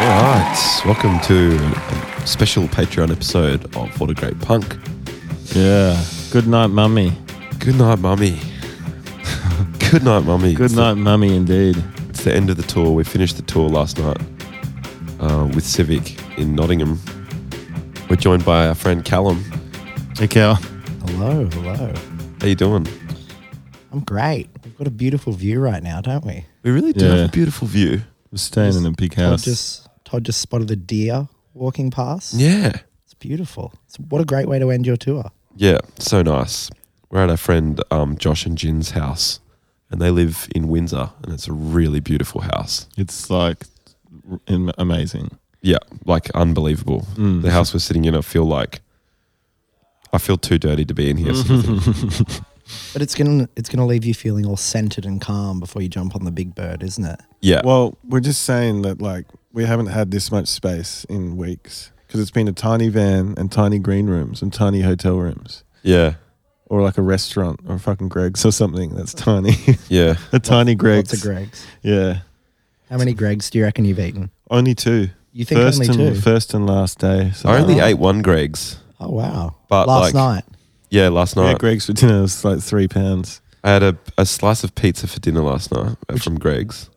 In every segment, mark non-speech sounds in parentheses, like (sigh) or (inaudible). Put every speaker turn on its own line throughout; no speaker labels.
mates. Welcome to a special Patreon episode of What a Great Punk.
Yeah. Good night, mummy.
Good night, mummy. (laughs) Good night, mummy.
Good
It's the-
night, mummy. Indeed.
it's the end of the tour. We finished the tour last night uh, with Civic in Nottingham. We're joined by our friend Callum.
Hey, Cal.
Hello, hello.
How you doing?
I'm great. We've got a beautiful view right now, don't we?
We really do
Yeah.
have a beautiful view.
We're staying in a big
Todd
house.
just Todd just spotted a deer walking past.
Yeah.
It's beautiful. It's, what a great way to end your tour.
Yeah, so nice. We're at our friend um, Josh and Jin's house, and they live in Windsor, and it's a really beautiful house.
It's like r- am- amazing.
Yeah, like unbelievable.
Mm.
The house we're sitting in, I feel like I feel too dirty to be in here. sort of
Mm-hmm.
thing.
But it's gonna it's gonna leave you feeling all centered and calm before you jump on the big bird, isn't it?
(laughs) yeah,
Well, we're just saying that like we haven't had this much space in weeks because it's been a tiny van and tiny green rooms and tiny hotel rooms
yeah,
or like a restaurant or fucking Greg's or something that's tiny. (laughs)
yeah.
a tiny Greg's.
Lots of Gregs.
Yeah.
How many Gregs do you reckon you've eaten?
Only two.
You think
first
only
and
two?
first and last day. So
I
uh-huh.
only ate one Greg's.
Oh wow!
But, like-
last night,
Yeah, last
we
night
had Greg's for dinner. It was like three pounds.
I had a, a slice of pizza for dinner last night uh, from Greg's,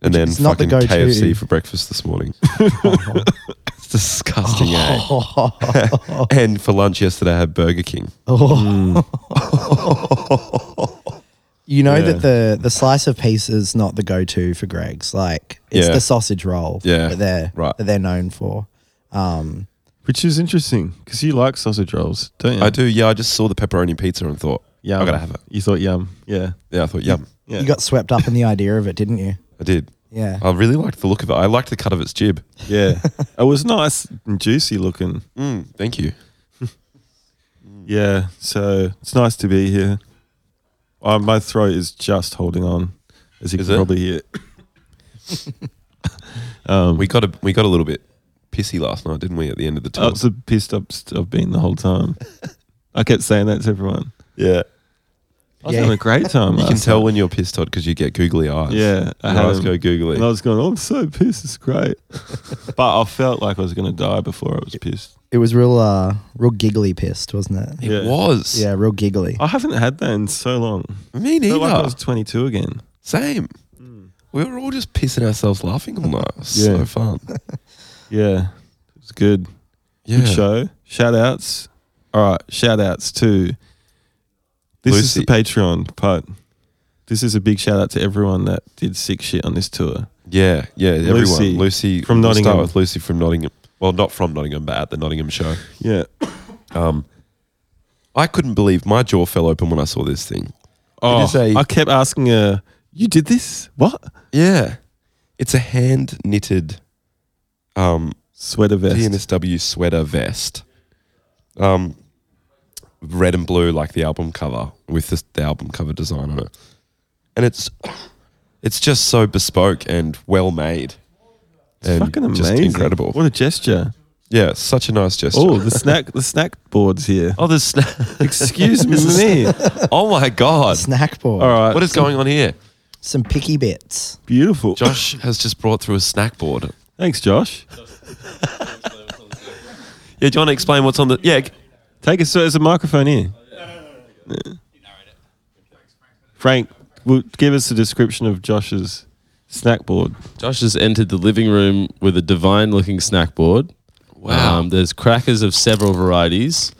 and then
is not the
fucking
go-to.
KFC for breakfast this
(laughs)
morning. (laughs) it's disgusting. eh? and for lunch yesterday, I had Burger King.
Mm. (laughs) you know that the the slice of pizza is not the go to for Gregs. Like it's
Yeah.
the sausage roll
Yeah,
that they're
right.
that they're known for. Um,
Which is interesting because you like sausage rolls, don't you?
I do. Yeah, I just saw the pepperoni pizza and thought,
Yum.
I gotta have it.
You thought yum.
(laughs)
Yeah.
Yeah, I thought, yum,
Yeah.
You got swept up in the idea of it, didn't you?
I did.
Yeah.
I really liked the look of it. I liked the cut of its jib.
yeah. it was nice and juicy looking.
Mm, thank you. Mm.
Yeah, so it's nice to be here. Uh, my throat is just holding on, as you
Is it?
can
Oh.
probably hear. Um,
We got a we got a little bit pissy last night, didn't we? At the end of the
I
tour.
was the pissed up st- I've been the
(laughs)
whole time. I kept saying that to everyone.
yeah.
I was
Yeah.
having a great time.
(laughs) You can
last
tell
night.
when you're pissed, Todd, because you get googly eyes.
Yeah, I
Your
had
eyes
them.
go googly.
And I was going, oh, I'm so pissed.
(laughs)
It's great. but I felt like I was going to die before I was pissed.
It was real, uh, real giggly pissed, wasn't it?
It
Yeah.
was.
Yeah, real giggly.
I haven't had that in so long.
Me
I
neither.
felt like I was 22 again.
Same. We were all just pissing ourselves laughing all night. It was
Yeah.
So
(laughs)
fun.
Yeah, it was good.
Yeah.
good show. Shout outs. All right, shout outs to this is the
Lucy.
Patreon part. This is a big shout out to everyone that did sick shit on this tour.
Yeah. Yeah. Everyone. Lucy,
Lucy from
we'll start
Nottingham.
with Lucy from Nottingham. Well, not from Nottingham, but at the Nottingham show.
Yeah.
Um, I couldn't believe my jaw fell open when I saw this thing.
Oh,
is a-
I kept asking her, "You did this? What
Yeah, it's a hand knitted um,
sweater vest?"
DNSW sweater vest, um, red and blue like the album cover with this, the album cover design on it, and it's (coughs) it's just so bespoke and well made.
It's fucking amazing!
Just incredible.
What a gesture!
Yeah, it's such a nice gesture. (laughs)
Oh, the snack, the snack boards here.
oh, there's sna- (laughs)
Excuse me.
oh my god!
Snack board.
All right,
What is going on here?
Some picky bits.
beautiful?
Josh has just brought through a snack board.
Thanks, Josh.
(laughs) Yeah, do you want to explain what's on the? Yeah, g-
Take us. There's a microphone here. Frank, will give us a description of Josh's snack board.
Josh has entered the living room with a divine looking snack board.
Wow.
Um, there's crackers of several varieties.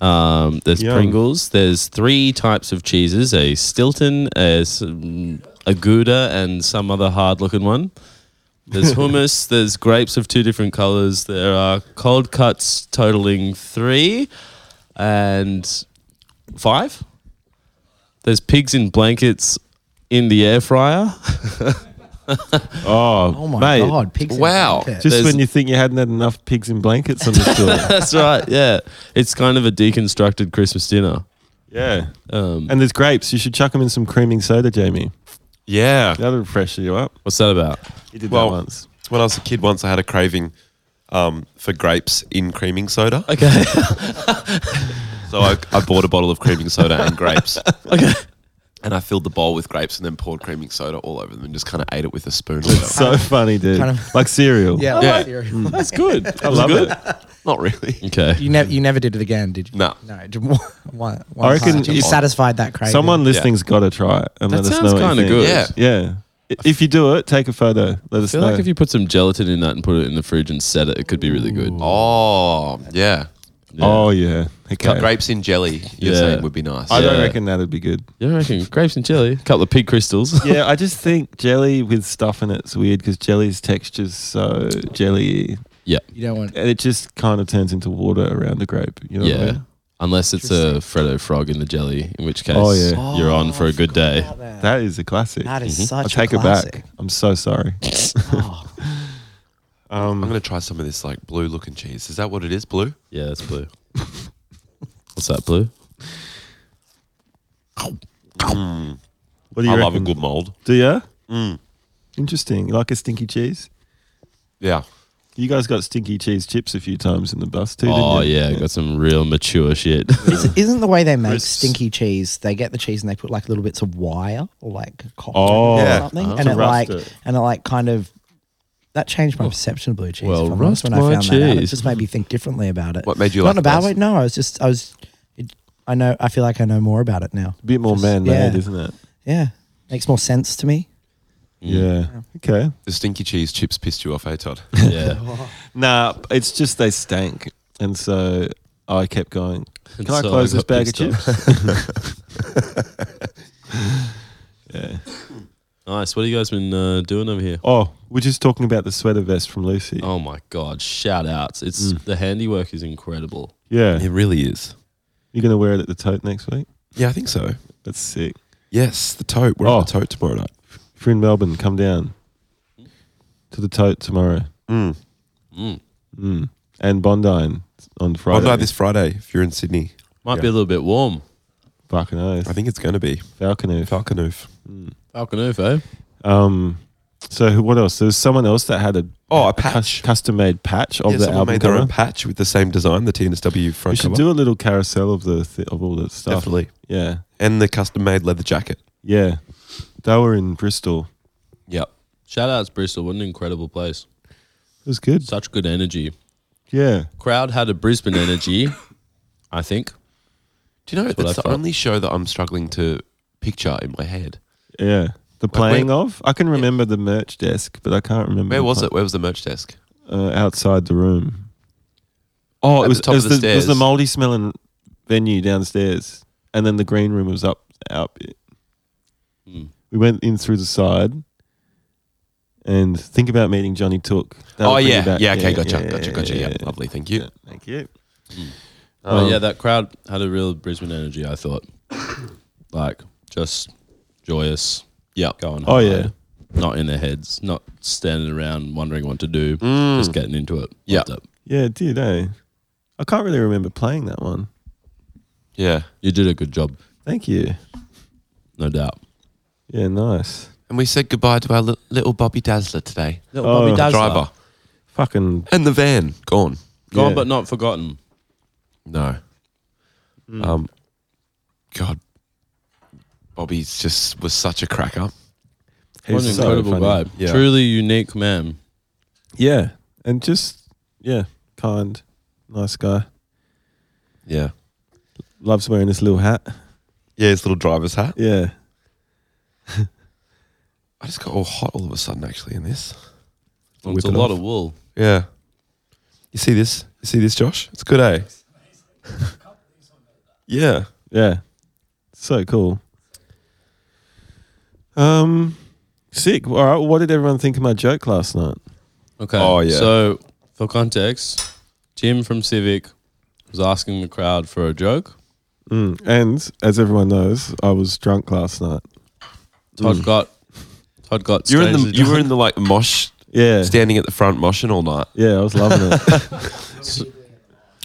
Um, there's
Yum.
Pringles. There's three types of cheeses a Stilton, a, s- mm, a Gouda, and some other hard looking one. There's hummus. there's grapes of two different colors. There are cold cuts totaling three and five. There's pigs in blankets in the air fryer.
Oh,
Oh my
mate,
god, pigs! in
Wow.
blankets.
Just
There's-
when you think you hadn't had enough pigs in blankets
(laughs)
on this tour.
That's right. Yeah, it's kind of a deconstructed Christmas dinner.
yeah. Um, and there's grapes. You should chuck them in some creaming soda, Jamie.
yeah.
That'll refresh you up.
What's that about?
You did
Well-
that once.
When I was a kid, once I had a craving um, for grapes in creaming soda.
Okay,
So I, I bought a bottle of creaming soda and grapes.
okay.
And I filled the bowl with grapes and then poured creaming soda all over them and just kind of ate it with a spoon. or whatever.
So funny, dude.
Kind of-
like cereal.
Yeah,
Yeah.
(laughs)
Mm.
That's good. I
love
Not really.
Okay.
You never, you never did it again, did you?
No.
no. (laughs) Just one, one, one
I reckon
time. you
if-
satisfied that craving.
Someone listening's got to try it and
That
let us
sounds
know.
kind of good.
Yeah.
Yeah. I- If you do it, take a photo. Let
I
us
feel
know.
like if you put some gelatin in that and put it in the fridge and set it, it could be really good.
Oh, yeah.
Oh yeah. Okay.
Cut grapes in jelly, you're
Yeah.
saying would be nice.
I don't
Yeah.
reckon that'd be good.
You reckon grapes and jelly? A couple of pig crystals.
yeah, I just think jelly with stuff in it's weird because jelly's texture's so jelly,
(laughs) yeah.
you don't want.
and it just kind of turns into water around the grape. You know
Oh, Yeah.
what I mean?
Unless it's a Freddo frog in the jelly, in which case
Oh, yeah.
you're on for a good day.
That is a classic.
That is
I
such.
take
a
it
classic.
back. I'm so sorry.
I'm going to try some of this like blue looking cheese. Is that what it is? Blue?
Yeah, that's (laughs) blue. What's that blue?
What do
I
you
love a
reckon?
good Mm. mold.
Do you? Interesting. You like a stinky cheese?
Yeah.
You guys got stinky cheese chips a few times in the bus too.
Oh
didn't you?
(laughs) yeah, got some real mature (laughs) shit.
Is, isn't the way they make
Crisps.
stinky cheese? They get the cheese and they put like little bits of wire or like cotton
Oh.
or
Yeah.
something,
Oh.
and
To
it
rust
like
it.
and it like kind of that changed my perception of blue cheese.
Well,
if I'm honest,
rust
when I
my
found that out, it
cheese.
just made me think differently about it.
What made you
Not
like
in a bad
this?
way. No, I was just I was. It, I know. I feel like I know more about it now.
A bit more
Just-
man made,
yeah.
isn't it?
Mm.
Yeah, makes more sense to me.
Yeah. Okay.
The stinky cheese chips pissed you off, eh, Todd?
yeah.
Nah, it's just they stank, and so I kept going. Can
And
I
so
close
I
this
got
bag of
pissed
chips? yeah.
Nice. What have you guys been uh, doing over here?
Oh, we're just talking about the sweater vest from Lucy.
Oh my god! Shout outs. It's the handiwork is incredible.
Yeah.
It really is.
You're gonna wear it at the tote next week.
Yeah, I think so.
That's sick.
Yes, the tote. We're
Oh.
on the tote tomorrow night.
If you're in Melbourne, come down to the tote tomorrow.
Mm.
Mm.
Mm. And Bondine on Friday.
Friday. night this Friday if you're in Sydney.
Might
Yeah.
be a little bit warm.
fucking oath.
I think it's going to be
Falconoof.
Falconoof.
Mm.
Falcon Oof, eh?
Um, so who, what else? There was someone else that had a
Oh, a
cus-
patch.
custom made patch of
yeah,
the
someone
album
made their
cover.
own patch with the same design, the TNSW
we
front
should
cover.
do a little carousel of the th- of all that stuff.
Definitely.
Yeah,
And the custom made leather jacket.
yeah. They were in Bristol.
Yep. Shout outs Bristol. What an incredible place.
It was good.
Such good energy.
Yeah.
Crowd had a Brisbane energy, I think.
Do you know,
what
that's
I
the
felt.
only show that I'm struggling to picture in my head.
Yeah. The playing of? I can remember the merch desk, but I can't remember.
Where
the
was
pla-
it? Where was the merch desk?
Uh, outside the room. Oh,
At
it
the
was,
top
it was
of the
the, it was the
stairs.
moldy smelling venue downstairs. And then the green room was up out bit.
Hmm.
Mm.
We went in through the side. And think about meeting Johnny Took. That'll
oh
bring you
yeah,
back.
yeah. Okay, gotcha,
yeah,
gotcha, gotcha. Yeah, lovely. Thank you.
Yeah, Thank you.
But
Um,
yeah, that crowd had a real Brisbane energy, I thought. like, just joyous. Yeah. Going
Oh,
hard.
yeah.
Not in their heads, not standing around wondering what to do, just getting into it.
Yeah.
Mm. Loved it.
Yeah, it did, eh? I can't really remember playing that one.
Yeah,
You did a good job,
Thank you.
no doubt.
Yeah, nice.
and we said goodbye to our li- little Bobby Dazzler today,
Little
Oh. Bobby
the driver,
Fucking
and the van gone.
Gone
Yeah.
but not forgotten.
No, um, God, Bobby's just was such a cracker.
What an
He's so
incredible
funny.
vibe.
Yeah.
Truly unique man.
Yeah, and just yeah, kind, nice guy.
Yeah,
Loves wearing this little hat.
yeah. His little driver's hat.
Yeah,
I just got all hot all of a sudden. Actually, in this.
It's a
Whip it
lot
off.
of wool.
Yeah. You see this? You see this, Josh? It's good, eh? (laughs) yeah.
yeah, so cool. Um, sick. All right, what did everyone think of my joke last night?
Okay.
Oh, yeah.
So, for context, Jim from Civic was asking the crowd for a joke.
Mm. And as everyone knows, I was drunk last night. Mm.
Todd got Todd got.
You're in the
strangely
you were
drunk.
in the like mosh,
Yeah,
standing at the front moshing all night.
yeah, I was loving (laughs) it.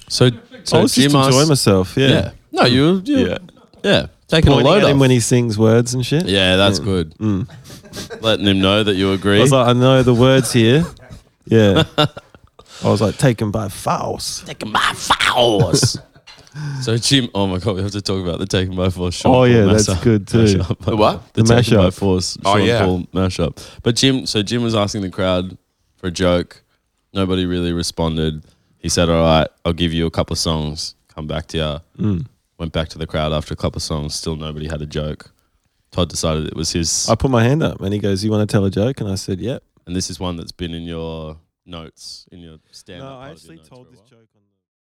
So, so
I was
Jim
just enjoying
asked.
myself. Yeah,
Yeah. No, you. you yeah.
Yeah.
Taking a
Pointing
load
at
off.
him when he sings words and shit.
yeah, that's good. Letting him know that you agree.
Mm. I was like, I know the words (laughs) here. Yeah. I was like, taken by force.
Taking my fouls. (laughs) So Jim, oh my god, we have to talk about the Taken by Force. Sean
Oh,
Paul
yeah, that's
mashup-
good too.
mashup.
The what?
The,
The
Taken by
mashup.
Force.
Oh,
Sean
yeah.
Paul mashup. But Jim, so Jim was asking the crowd for a joke. Nobody really responded. He said, "All right, I'll give you a couple of songs. Come back to you."
Mm.
Went back to the crowd after a couple of songs. Still nobody had a joke. Todd decided it was his,
I put my hand up and he goes, You want to tell a joke? And I said, Yep.
and this is one that's been in your notes in your stand-up. part of your notes for a while.
joke on